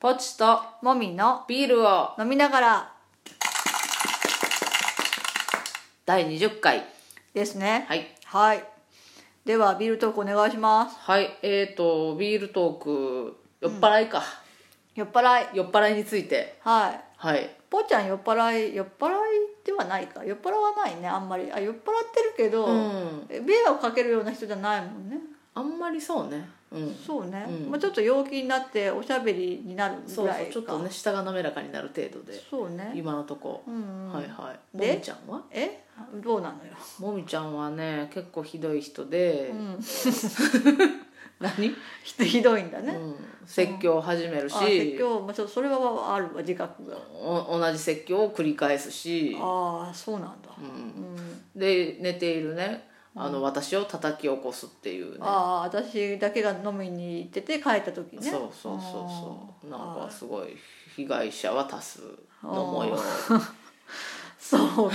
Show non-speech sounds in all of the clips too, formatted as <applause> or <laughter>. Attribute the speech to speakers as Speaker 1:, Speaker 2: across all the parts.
Speaker 1: ポチと
Speaker 2: もみの
Speaker 1: ビールを
Speaker 2: 飲みながら
Speaker 1: 第20回
Speaker 2: ですね
Speaker 1: はい
Speaker 2: はい、ではビールトークお願いします
Speaker 1: はいえーとビールトーク酔っ払いか、
Speaker 2: 酔っ払い
Speaker 1: 酔っ払いについて
Speaker 2: はい
Speaker 1: はい
Speaker 2: ぽーちゃん酔っ払い酔っ払いではないか酔っ払わないねあんまりあ酔っ払ってるけど、
Speaker 1: うん
Speaker 2: え迷惑かけるような人じゃないもんね
Speaker 1: あんまりそうねうん
Speaker 2: そうね、
Speaker 1: うん
Speaker 2: まあ、ちょっと陽気になっておしゃべりになる
Speaker 1: そ
Speaker 2: ぐ
Speaker 1: う
Speaker 2: ら
Speaker 1: そ
Speaker 2: いうか
Speaker 1: ちょっとね下が滑らかになる程度で
Speaker 2: そうね
Speaker 1: 今のとこ、
Speaker 2: うん、うん
Speaker 1: はいはいも
Speaker 2: で
Speaker 1: みちゃんは
Speaker 2: えどうなのよ、
Speaker 1: もみちゃんはね結構ひどい人で、
Speaker 2: うん、
Speaker 1: <laughs>
Speaker 2: <laughs>
Speaker 1: 何、
Speaker 2: ひひどいんだ
Speaker 1: う
Speaker 2: ね、
Speaker 1: ん、説教を始めるし、
Speaker 2: あ説教、まあ、ちょっとそれはあるわ自覚が
Speaker 1: お同じ説教を繰り返すし、
Speaker 2: ああそうなんだ、
Speaker 1: うん、
Speaker 2: うん、
Speaker 1: で寝ているねあの、私を叩き起こすっていうね
Speaker 2: ああ私だけが飲みに行ってて帰った時ね
Speaker 1: そうそうそうそうなんかすごい被害者は多数の模様
Speaker 2: あ <laughs> そうな
Speaker 1: <laughs>
Speaker 2: のね、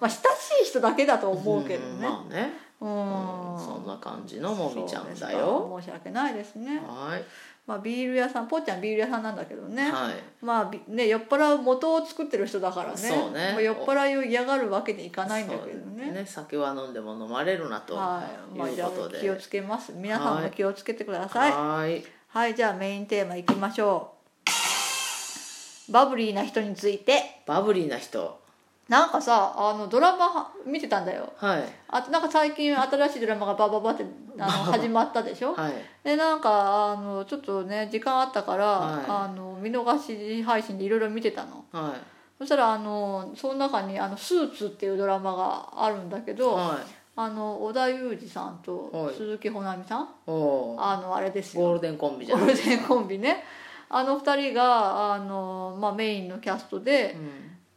Speaker 2: まあ、親しい人だけだと思うけど
Speaker 1: うん
Speaker 2: ね
Speaker 1: まあね、
Speaker 2: うん
Speaker 1: うん、そんな感じのもみちゃんだ
Speaker 2: そう
Speaker 1: よ
Speaker 2: ですか申し訳ないですね、
Speaker 1: はい
Speaker 2: まあ、ビール屋さんぽっちゃんビール屋さんなんだけどね、
Speaker 1: はい
Speaker 2: まあびね酔っ払う元を作ってる人だからね
Speaker 1: そうね
Speaker 2: まあ酔っ払いを嫌がるわけにいかないんだけど
Speaker 1: そう
Speaker 2: ね
Speaker 1: ね酒は飲んでも飲まれるなと
Speaker 2: はい、まあ、
Speaker 1: い
Speaker 2: じ
Speaker 1: う
Speaker 2: ゃ
Speaker 1: こ
Speaker 2: あ
Speaker 1: とで、
Speaker 2: 気をつけます皆さんも気をつけてくださいはい、
Speaker 1: はい
Speaker 2: じゃあメインテーマいきましょうバブリーな人について
Speaker 1: バブリーな人
Speaker 2: なんかさあのドラマは見てたんだよ
Speaker 1: はい
Speaker 2: あとなんか最近新しいドラマがバババってあの始まったでしょ
Speaker 1: はい
Speaker 2: でなんかあのちょっとね時間あったから、
Speaker 1: はい
Speaker 2: あの見逃し配信でいろいろ見てたの
Speaker 1: は
Speaker 2: そしたらあのその中にあの「スーツ」っていうドラマがあるんだけ
Speaker 1: い
Speaker 2: ど、
Speaker 1: はい
Speaker 2: あの織田裕二さん
Speaker 1: は
Speaker 2: と
Speaker 1: い
Speaker 2: 鈴木保奈美さん
Speaker 1: おおー
Speaker 2: あのあれですよ
Speaker 1: ゴールデンコンビじ
Speaker 2: ゴ
Speaker 1: ゃな
Speaker 2: ー
Speaker 1: い
Speaker 2: ルデンコンビねあの二人があの、まあ、メインのキャストで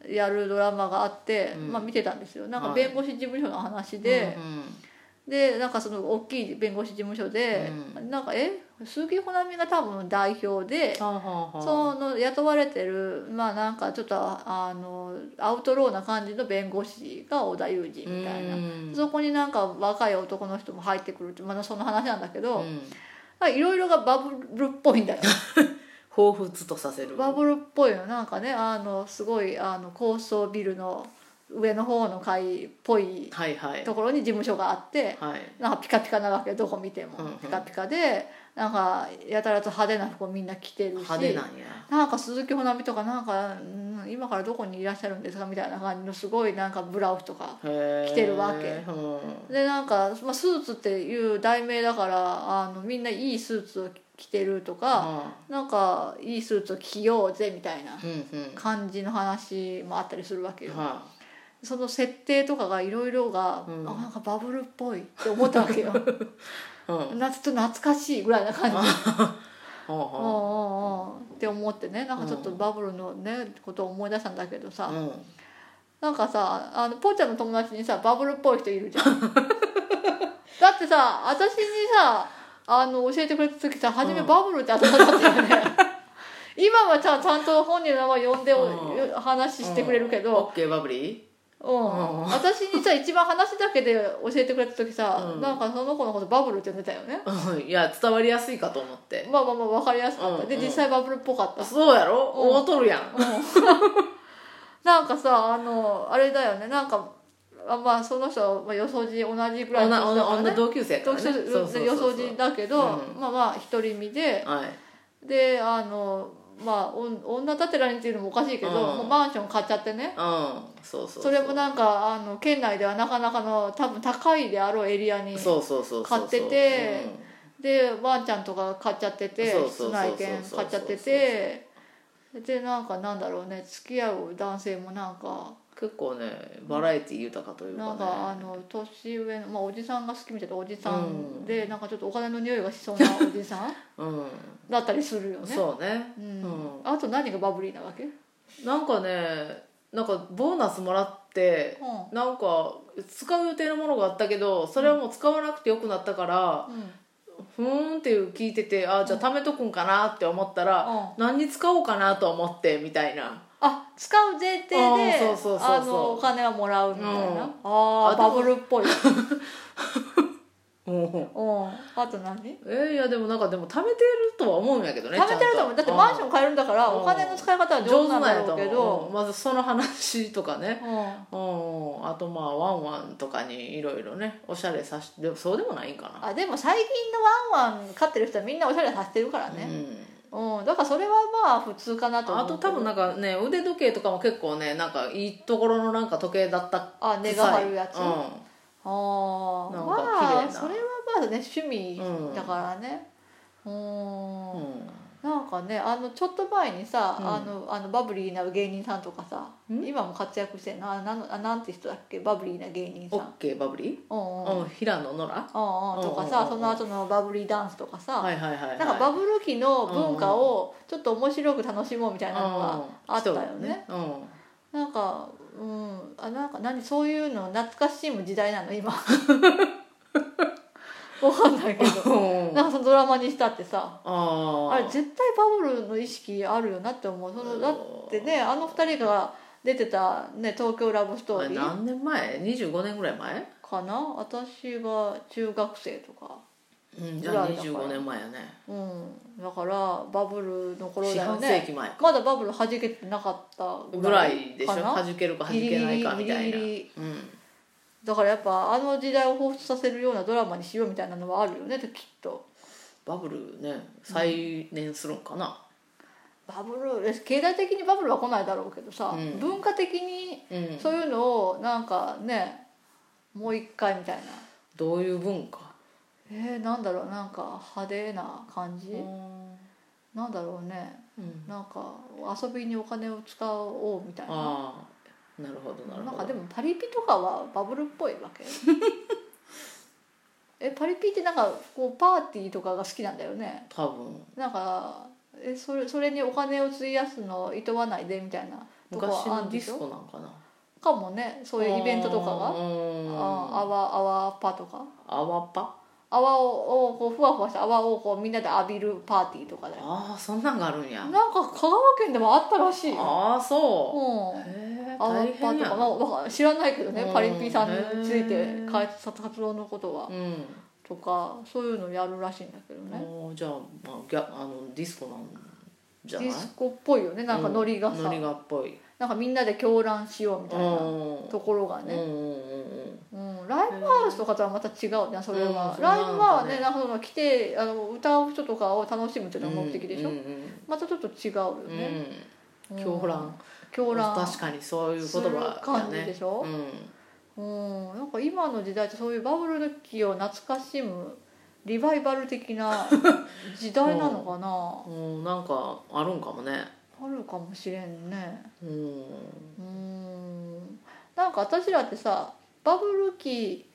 Speaker 1: うん
Speaker 2: やるドラマがあって、
Speaker 1: うん
Speaker 2: まあ、見てたんですよなんか
Speaker 1: はい
Speaker 2: 弁護士事務所の話で、でなんかその大きい弁護士事務所で、なんかえ鈴木保奈美が多分代表で
Speaker 1: うんはあはあはあ
Speaker 2: その雇われてるまあなんかちょっとあのアウトローな感じの弁護士が織田裕二みたいな、
Speaker 1: うん
Speaker 2: そこになんか若い男の人も入ってくるってまだその話なんだけ
Speaker 1: う
Speaker 2: ど
Speaker 1: ん
Speaker 2: なんかいろいろがバブルっぽいんだよ
Speaker 1: 彷彿とさせる
Speaker 2: バブルっぽいよなんかねあのすごいあの高層ビルの上の方の階っぽい
Speaker 1: はいはい
Speaker 2: ところに事務所があって
Speaker 1: はい
Speaker 2: なんかピカピカなわけよどこ見ても
Speaker 1: うんうん
Speaker 2: ピカピカでなんかやたらと派手な服をみんな着てるし
Speaker 1: 派手なんや
Speaker 2: なんか鈴木保奈美とかなんか、うん今からどこにいらっしゃるんですかみたいな感じのすごいなんかブラウスとか
Speaker 1: へー
Speaker 2: 着てるわけ
Speaker 1: うん
Speaker 2: でなんか、まあ、スーツっていう題名だからあのみんないいスーツを着てるとか、なんかいいスーツを着ようぜみたいな
Speaker 1: うんうん
Speaker 2: 感じの話もあったりするわけよ、
Speaker 1: は
Speaker 2: その設定とかがいろいろが、
Speaker 1: うん
Speaker 2: あなんかバブルっぽいって思ったわ
Speaker 1: <laughs>
Speaker 2: けよ
Speaker 1: いうん
Speaker 2: なちょっと懐かしいぐらいな感じうん
Speaker 1: は
Speaker 2: うんうんって思ってねなんかちょっとバブルのねことを思い出したんだけど
Speaker 1: あ
Speaker 2: さ、
Speaker 1: はあうん
Speaker 2: なんかさあのぽーちゃんの友達にさバブルっぽい人いるじゃ
Speaker 1: <laughs>
Speaker 2: んだってさ私にさあの教えてくれた時さ初め
Speaker 1: うん
Speaker 2: バブルって頭だったよね
Speaker 1: <laughs>
Speaker 2: 今はちゃんちゃんと本人の名前呼んでお
Speaker 1: う
Speaker 2: 話してくれるけ
Speaker 1: オ
Speaker 2: ど、
Speaker 1: ッケーバブリ
Speaker 2: うん
Speaker 1: うん
Speaker 2: 私にさ一番話だけで教えてくれた時さ、
Speaker 1: うん
Speaker 2: なんかその子のことバブルって呼んでたよね
Speaker 1: ーうんいや伝わりやすいかと思って
Speaker 2: まあまあまあ分かりやすかった、で
Speaker 1: うんうん
Speaker 2: 実際バブルっぽかった
Speaker 1: そうやろ
Speaker 2: うん
Speaker 1: 大とるやん
Speaker 2: なんかさあのあれだよねなんかあまあその人はまあよそじ同じぐらいの人だから
Speaker 1: 女
Speaker 2: ね
Speaker 1: 女同級生やから
Speaker 2: 特
Speaker 1: ね
Speaker 2: 殊
Speaker 1: そうそうそうそう
Speaker 2: 予想人だけど、
Speaker 1: う
Speaker 2: まあまあ独り身で
Speaker 1: はい
Speaker 2: であのまあお女たてらにっていうのもおかしいけど、
Speaker 1: うん
Speaker 2: もうマンション買っちゃってね
Speaker 1: うんそうそうう
Speaker 2: それもなんかあの県内ではなかなかの多分高いであろうエリアに
Speaker 1: そうそうそうそう
Speaker 2: 買っててでワンちゃんとか買っちゃってて
Speaker 1: そうそうそうそう
Speaker 2: 室内犬買っちゃっててでなんかなんだろうね付き合う男性もなんか
Speaker 1: うん結構ねバラエティ豊かというか
Speaker 2: なん
Speaker 1: ね
Speaker 2: かあの年上の、まあ、おじさんが好きみたいなおじさんで、なんかちょっとお金の匂いがし
Speaker 1: <laughs>
Speaker 2: そうなおじさん
Speaker 1: うん
Speaker 2: だったりするよね。
Speaker 1: そうね
Speaker 2: うん
Speaker 1: う
Speaker 2: あと何がバブリーなわけ、
Speaker 1: なんかねなんかボーナスもらってなんか使う予定のものがあったけどそれはもう使わなくてよくなったからふーんっていう聞いててあじゃあ貯めとくんかなって思ったら、
Speaker 2: うん
Speaker 1: 何に使おうかなと思ってみたいな
Speaker 2: あ使う前提で
Speaker 1: うんそうそうそうそう
Speaker 2: あのお金はもらうみたい
Speaker 1: う
Speaker 2: な、
Speaker 1: ん
Speaker 2: ああ
Speaker 1: あで
Speaker 2: バ
Speaker 1: も
Speaker 2: ブルっぽい
Speaker 1: ううん
Speaker 2: うんあと何貯
Speaker 1: えーいやでもなんかでも貯めてるとは思うんやけどね
Speaker 2: めてると思うだってマンション買えるんだから
Speaker 1: うん
Speaker 2: お金の使い方は
Speaker 1: ョ
Speaker 2: 上
Speaker 1: 上
Speaker 2: 手
Speaker 1: 手
Speaker 2: なん
Speaker 1: なん
Speaker 2: だ
Speaker 1: や
Speaker 2: ろ
Speaker 1: と
Speaker 2: うけ
Speaker 1: 思う
Speaker 2: ど
Speaker 1: うんまずその話とかね
Speaker 2: うん
Speaker 1: うんあとまあワンワンとかにいろいろねおしゃれさしてでもそうでもないんか
Speaker 2: あでも最近のワンワン飼ってる人はみんなおしゃれさせてるから
Speaker 1: な、
Speaker 2: ね
Speaker 1: うん
Speaker 2: うんだからそれはまあ普通かなと思う
Speaker 1: あと多分なんかね腕時計とかも結構ねなんかいいところのなんか時計だった
Speaker 2: あ値が張るやつ
Speaker 1: う
Speaker 2: あ
Speaker 1: ん
Speaker 2: あ
Speaker 1: なん
Speaker 2: ま
Speaker 1: か綺麗
Speaker 2: あ
Speaker 1: な
Speaker 2: それはまずね趣味だからねうんなんかねあのちょっと前にさ、
Speaker 1: うん
Speaker 2: あのあのバブリーな芸人さんとかさ
Speaker 1: ん
Speaker 2: 今も活躍してるなあなんあなんて人だっけバブリーな芸人さ
Speaker 1: オ
Speaker 2: ん
Speaker 1: ッケーバブリ
Speaker 2: うんうん
Speaker 1: ー、うん、平野ノラ
Speaker 2: うんうんとか
Speaker 1: うん
Speaker 2: さ
Speaker 1: うん
Speaker 2: その後のバブリーダンスとかさ、
Speaker 1: はいはいはい、はい、
Speaker 2: なんかバブル期の文化をちょっと面白く楽しもうみたいなのがあったよね,、
Speaker 1: うん来よね
Speaker 2: なんかうんあなんか何そういうの懐かしいも時代なの今 <laughs> わかんないけど
Speaker 1: うん
Speaker 2: なんかそのドラマにしたってさ
Speaker 1: あ
Speaker 2: あれ絶対バブルの意識あるよなって思うそのだってねあの二人が出てた、ね「東京ラブス
Speaker 1: あ
Speaker 2: トー
Speaker 1: れ
Speaker 2: リー
Speaker 1: 何年前25年ぐらい前」
Speaker 2: かな私が中学生とか
Speaker 1: うんじゃあ
Speaker 2: ぐらいだから
Speaker 1: 25年前やね
Speaker 2: うんだからバブルの頃
Speaker 1: 四
Speaker 2: だよ
Speaker 1: 半世
Speaker 2: ね
Speaker 1: 紀前
Speaker 2: まだバブル弾けてなかった
Speaker 1: ぐらいでしょ
Speaker 2: かな
Speaker 1: 弾けるか弾
Speaker 2: ギリギ
Speaker 1: けない
Speaker 2: リ
Speaker 1: かみたい
Speaker 2: ギ
Speaker 1: な
Speaker 2: リギリ
Speaker 1: うん
Speaker 2: だからやっぱあの時代を彷彿させるようなドラマにしようみたいなのはあるよねきっと
Speaker 1: バブルね再燃するんかな
Speaker 2: バブル経済的にバブルは来ないだろうけどさ、
Speaker 1: うん
Speaker 2: 文化的に
Speaker 1: うん
Speaker 2: そういうのをなんかねもう一回みたいな
Speaker 1: どういう文化
Speaker 2: えー、なんだろうなんか派手な感じ、
Speaker 1: うん
Speaker 2: なんだろうね
Speaker 1: うん
Speaker 2: なんか遊びにお金を使おうみたいな
Speaker 1: ああなるほどなる
Speaker 2: なん
Speaker 1: ほ
Speaker 2: かで
Speaker 1: ど
Speaker 2: もパリピとかはバブルっぽいわ
Speaker 1: <laughs>
Speaker 2: けえパリピってなんかこうパーティーとかが好きなんだよね
Speaker 1: 多分
Speaker 2: なんかえそれそれにお金を費やすのいとわないでみたいなとこ
Speaker 1: 昔
Speaker 2: はあ
Speaker 1: の
Speaker 2: るん
Speaker 1: デ
Speaker 2: で
Speaker 1: ィ
Speaker 2: し
Speaker 1: ス
Speaker 2: ょ
Speaker 1: コなんかな
Speaker 2: かもねそういうイベントとかがあ
Speaker 1: が
Speaker 2: アワアワパとか
Speaker 1: アワパ
Speaker 2: 泡をこうふわふわした泡をこうみんなで浴びるパーティーとかだよ
Speaker 1: ああそんなんがあるんや
Speaker 2: なんか香川県でもあったらしいよ
Speaker 1: ああ
Speaker 2: う
Speaker 1: そうんへえ
Speaker 2: 泡っ
Speaker 1: 大
Speaker 2: ぱ
Speaker 1: 変
Speaker 2: と
Speaker 1: や
Speaker 2: か、
Speaker 1: な
Speaker 2: まあわか、知らないけどね
Speaker 1: うん
Speaker 2: パリピさんについ
Speaker 1: へ
Speaker 2: て
Speaker 1: え
Speaker 2: 開発活動のことは
Speaker 1: うん
Speaker 2: とかそういうのやるらしいんだけど
Speaker 1: あ
Speaker 2: ね
Speaker 1: ーじゃあ,、まあ、ギャあのディスコなんじ
Speaker 2: デ
Speaker 1: ゃない
Speaker 2: ィスコっぽいよねなんかノリが
Speaker 1: うん
Speaker 2: さ
Speaker 1: ノリがっぽい
Speaker 2: なんかみんなで狂乱しようみたいな
Speaker 1: うん
Speaker 2: ところが
Speaker 1: うん
Speaker 2: ね
Speaker 1: うんうん
Speaker 2: うんライブハウスとかとはまた違うねそれは
Speaker 1: うん
Speaker 2: ライ
Speaker 1: そう
Speaker 2: ブは
Speaker 1: なんだ
Speaker 2: ね
Speaker 1: ね
Speaker 2: なんかその来てあの歌う人とかを楽しむっていうのが目的でしょ
Speaker 1: うんうん
Speaker 2: またちょっと違うよ
Speaker 1: うん
Speaker 2: ね
Speaker 1: うん狂乱
Speaker 2: 狂乱
Speaker 1: 確かにそういう言
Speaker 2: する
Speaker 1: 葉だ
Speaker 2: 感じで
Speaker 1: ね
Speaker 2: しょ、
Speaker 1: うん
Speaker 2: うん、なんか今の時代ってそういうバブル期を懐かしむリバイバル的な
Speaker 1: <laughs>
Speaker 2: 時代なのかな、
Speaker 1: うんなんかあるんかもね
Speaker 2: あるかもしれんね
Speaker 1: うん
Speaker 2: うんなんか私らってさバブル期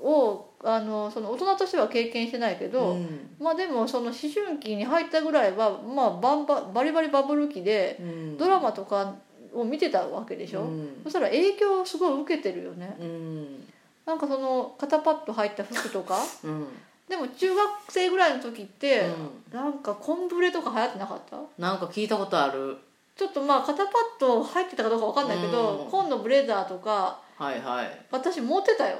Speaker 2: をあのその大人としては経験してないけど、
Speaker 1: うん
Speaker 2: まあでもその思春期に入ったぐらいは、まあ、バンババリバリバブル期で
Speaker 1: うん
Speaker 2: ドラマとかを見てたわけでしょ、
Speaker 1: うん
Speaker 2: そしたら影響をすごい受けてるよね
Speaker 1: うん
Speaker 2: なんかその肩パッド入った服とか
Speaker 1: うん
Speaker 2: でも中学生ぐらいの時って、なんかコンブレとか流行ってなかった
Speaker 1: なんか聞いたことある
Speaker 2: ちょっとまあ肩パッド入ってたかどうかわかんないけど、
Speaker 1: うん
Speaker 2: 紺のブレザーとか
Speaker 1: はいはい
Speaker 2: 私持ってたよ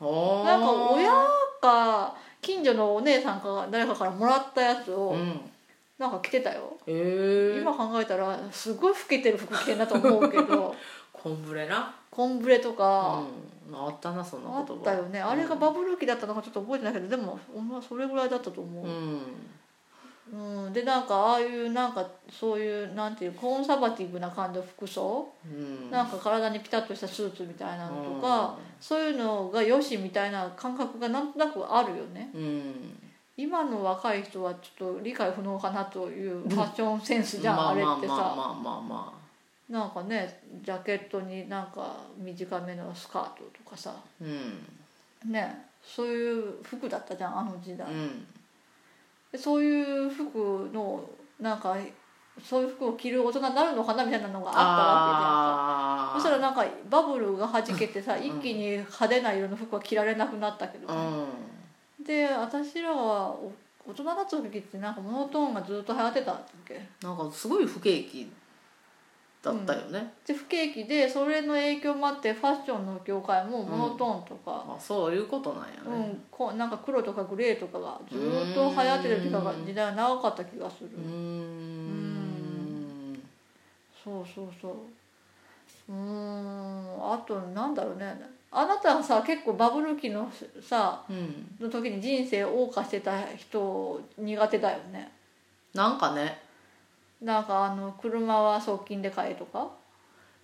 Speaker 1: おー
Speaker 2: なんか親か近所のお姉さんか誰かからもらったやつを
Speaker 1: うん
Speaker 2: なんか着てたよ、
Speaker 1: えー、
Speaker 2: 今考えたらすごい老けてる服着てんなと思うけど
Speaker 1: コンブレな
Speaker 2: コンブレとか、
Speaker 1: うん、あったなそんな
Speaker 2: あ
Speaker 1: 言葉
Speaker 2: ったよねあれがバブル期だったのかちょっと覚えてないけどでもまあそれぐらいだったと思う、
Speaker 1: うん
Speaker 2: うん、でなんかああいうなんかそういうなんていうコンサバティブな感じの服装、
Speaker 1: うん
Speaker 2: なんか体にピタッとしたスーツみたいなのとか、そういうのがよしみたいな感覚がなんとなくあるよね
Speaker 1: うん、うん
Speaker 2: 今の若い人はちょっと理解不能かなと
Speaker 1: <laughs>
Speaker 2: いうファッションセンスじゃん、
Speaker 1: ま
Speaker 2: あ
Speaker 1: あ
Speaker 2: れ
Speaker 1: まあ
Speaker 2: って
Speaker 1: まあ
Speaker 2: さ
Speaker 1: まあまあま
Speaker 2: なんかねジャケットになんか短めのスカートとかさ
Speaker 1: あうん
Speaker 2: ねそういう服だったじゃんあの時代
Speaker 1: う、ん
Speaker 2: でそういう服のなんかそういう服を着る大人になるのかなみたいなのがあった
Speaker 1: あー
Speaker 2: わけじゃんそしたらなんかバブルがはじけてさ、
Speaker 1: ん
Speaker 2: 一気に派手な色の服は着られなくなったけど、
Speaker 1: う
Speaker 2: で私らはお大人だった時ってなんかモノトーンがずっと流行ってたんだっけ
Speaker 1: んなんかすごい不景気だったよね、
Speaker 2: で不景気でそれの影響もあってファッションの業界もモノトーンとか、
Speaker 1: あそういうことなんや
Speaker 2: うん
Speaker 1: ね
Speaker 2: こうなんか黒とかグレーとかがずーっと流行ってる時間が
Speaker 1: うん
Speaker 2: 時代が長かった気がする、
Speaker 1: うーん
Speaker 2: そうそうそううーんあとなんだろうねあなたはさ結構バブル期のさ
Speaker 1: うん
Speaker 2: の時に人生を謳歌してた人苦手だよね
Speaker 1: なんかね
Speaker 2: なんかあの車は側近で買えとか、
Speaker 1: い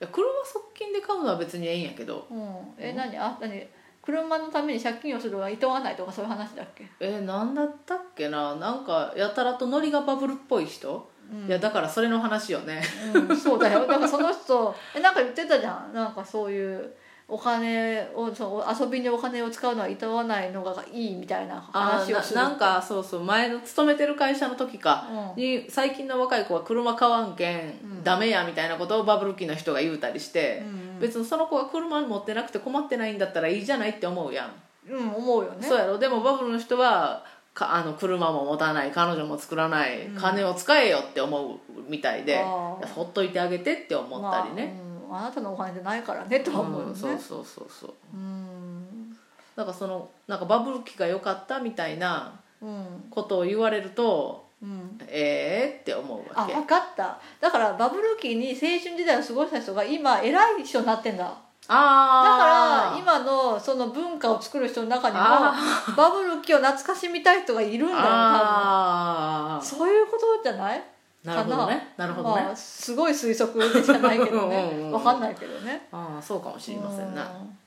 Speaker 1: や車側近で買うのは別にええんやけど
Speaker 2: うん、え、
Speaker 1: うん
Speaker 2: 何あ何車のために借金をするはいとわないとかそういう話だっけ、
Speaker 1: えー、なんだったっけななんかやたらとノリがバブルっぽい人、
Speaker 2: うん
Speaker 1: いやだからそれの話よね
Speaker 2: うん、そうだよだからその人えなんか言ってたじゃんなんかそういうお金をそう遊びにお金を使うのはいとわないのがいいみたいな
Speaker 1: <laughs> あ
Speaker 2: 話を
Speaker 1: ー
Speaker 2: する
Speaker 1: ななんかそうそう前の勤めてる会社の時か
Speaker 2: う
Speaker 1: に最近の若い子は車買わんけん、
Speaker 2: うん
Speaker 1: ダメやみたいなことをバブル期の人が言うたりして、
Speaker 2: ん
Speaker 1: 別にその子が車持ってなくて困ってないんだったらいいじゃないって思うやん、
Speaker 2: うん、思うよね
Speaker 1: そうやろでもバブルの人はかあの車も持たない彼女も作らない、
Speaker 2: うん
Speaker 1: 金を使えよって思うみたいで
Speaker 2: あー
Speaker 1: いやほっといてあげてって思ったりね、
Speaker 2: まあうんあなたのお金じゃないからねとは思うよ
Speaker 1: うん
Speaker 2: ね
Speaker 1: そうそうそうそう
Speaker 2: うん
Speaker 1: なんかそのなんかバブル期が良かったみたいな
Speaker 2: うん
Speaker 1: ことを言われると
Speaker 2: うん
Speaker 1: ええー、って思う
Speaker 2: あ
Speaker 1: わけ
Speaker 2: 分かっただからバブル期に青春時代を過ごした人が今偉い人になってんだだから
Speaker 1: あ
Speaker 2: 今のその文化を作る人の中にも
Speaker 1: あ
Speaker 2: バブル期を懐かしみたい人がいるんだよ多
Speaker 1: あ
Speaker 2: 分そういうことじゃない
Speaker 1: ーなるほどねなるほどね
Speaker 2: まあ、すごい推測じゃないけどね
Speaker 1: うんうんうん
Speaker 2: 分かんないけどね
Speaker 1: ああそうかもしれませんな
Speaker 2: うん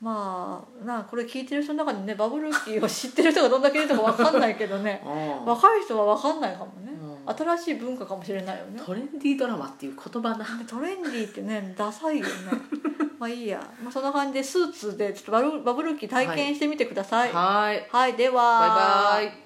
Speaker 2: まあなあこれ聞いてる人の中にねバブル期を知ってる人がどんだけいるとかわかんないけどね
Speaker 1: <laughs> うん
Speaker 2: 若い人はわかんないかもね
Speaker 1: うん
Speaker 2: 新しい文化かもしれないよね
Speaker 1: トレンディードラマっていう言葉な
Speaker 2: トレンディーってねダサいよね <laughs> まあいいや、まあ、そんな感じでスーツでちょっとバルバブル期体験してみてください、
Speaker 1: はい
Speaker 2: はい、では
Speaker 1: バイバイ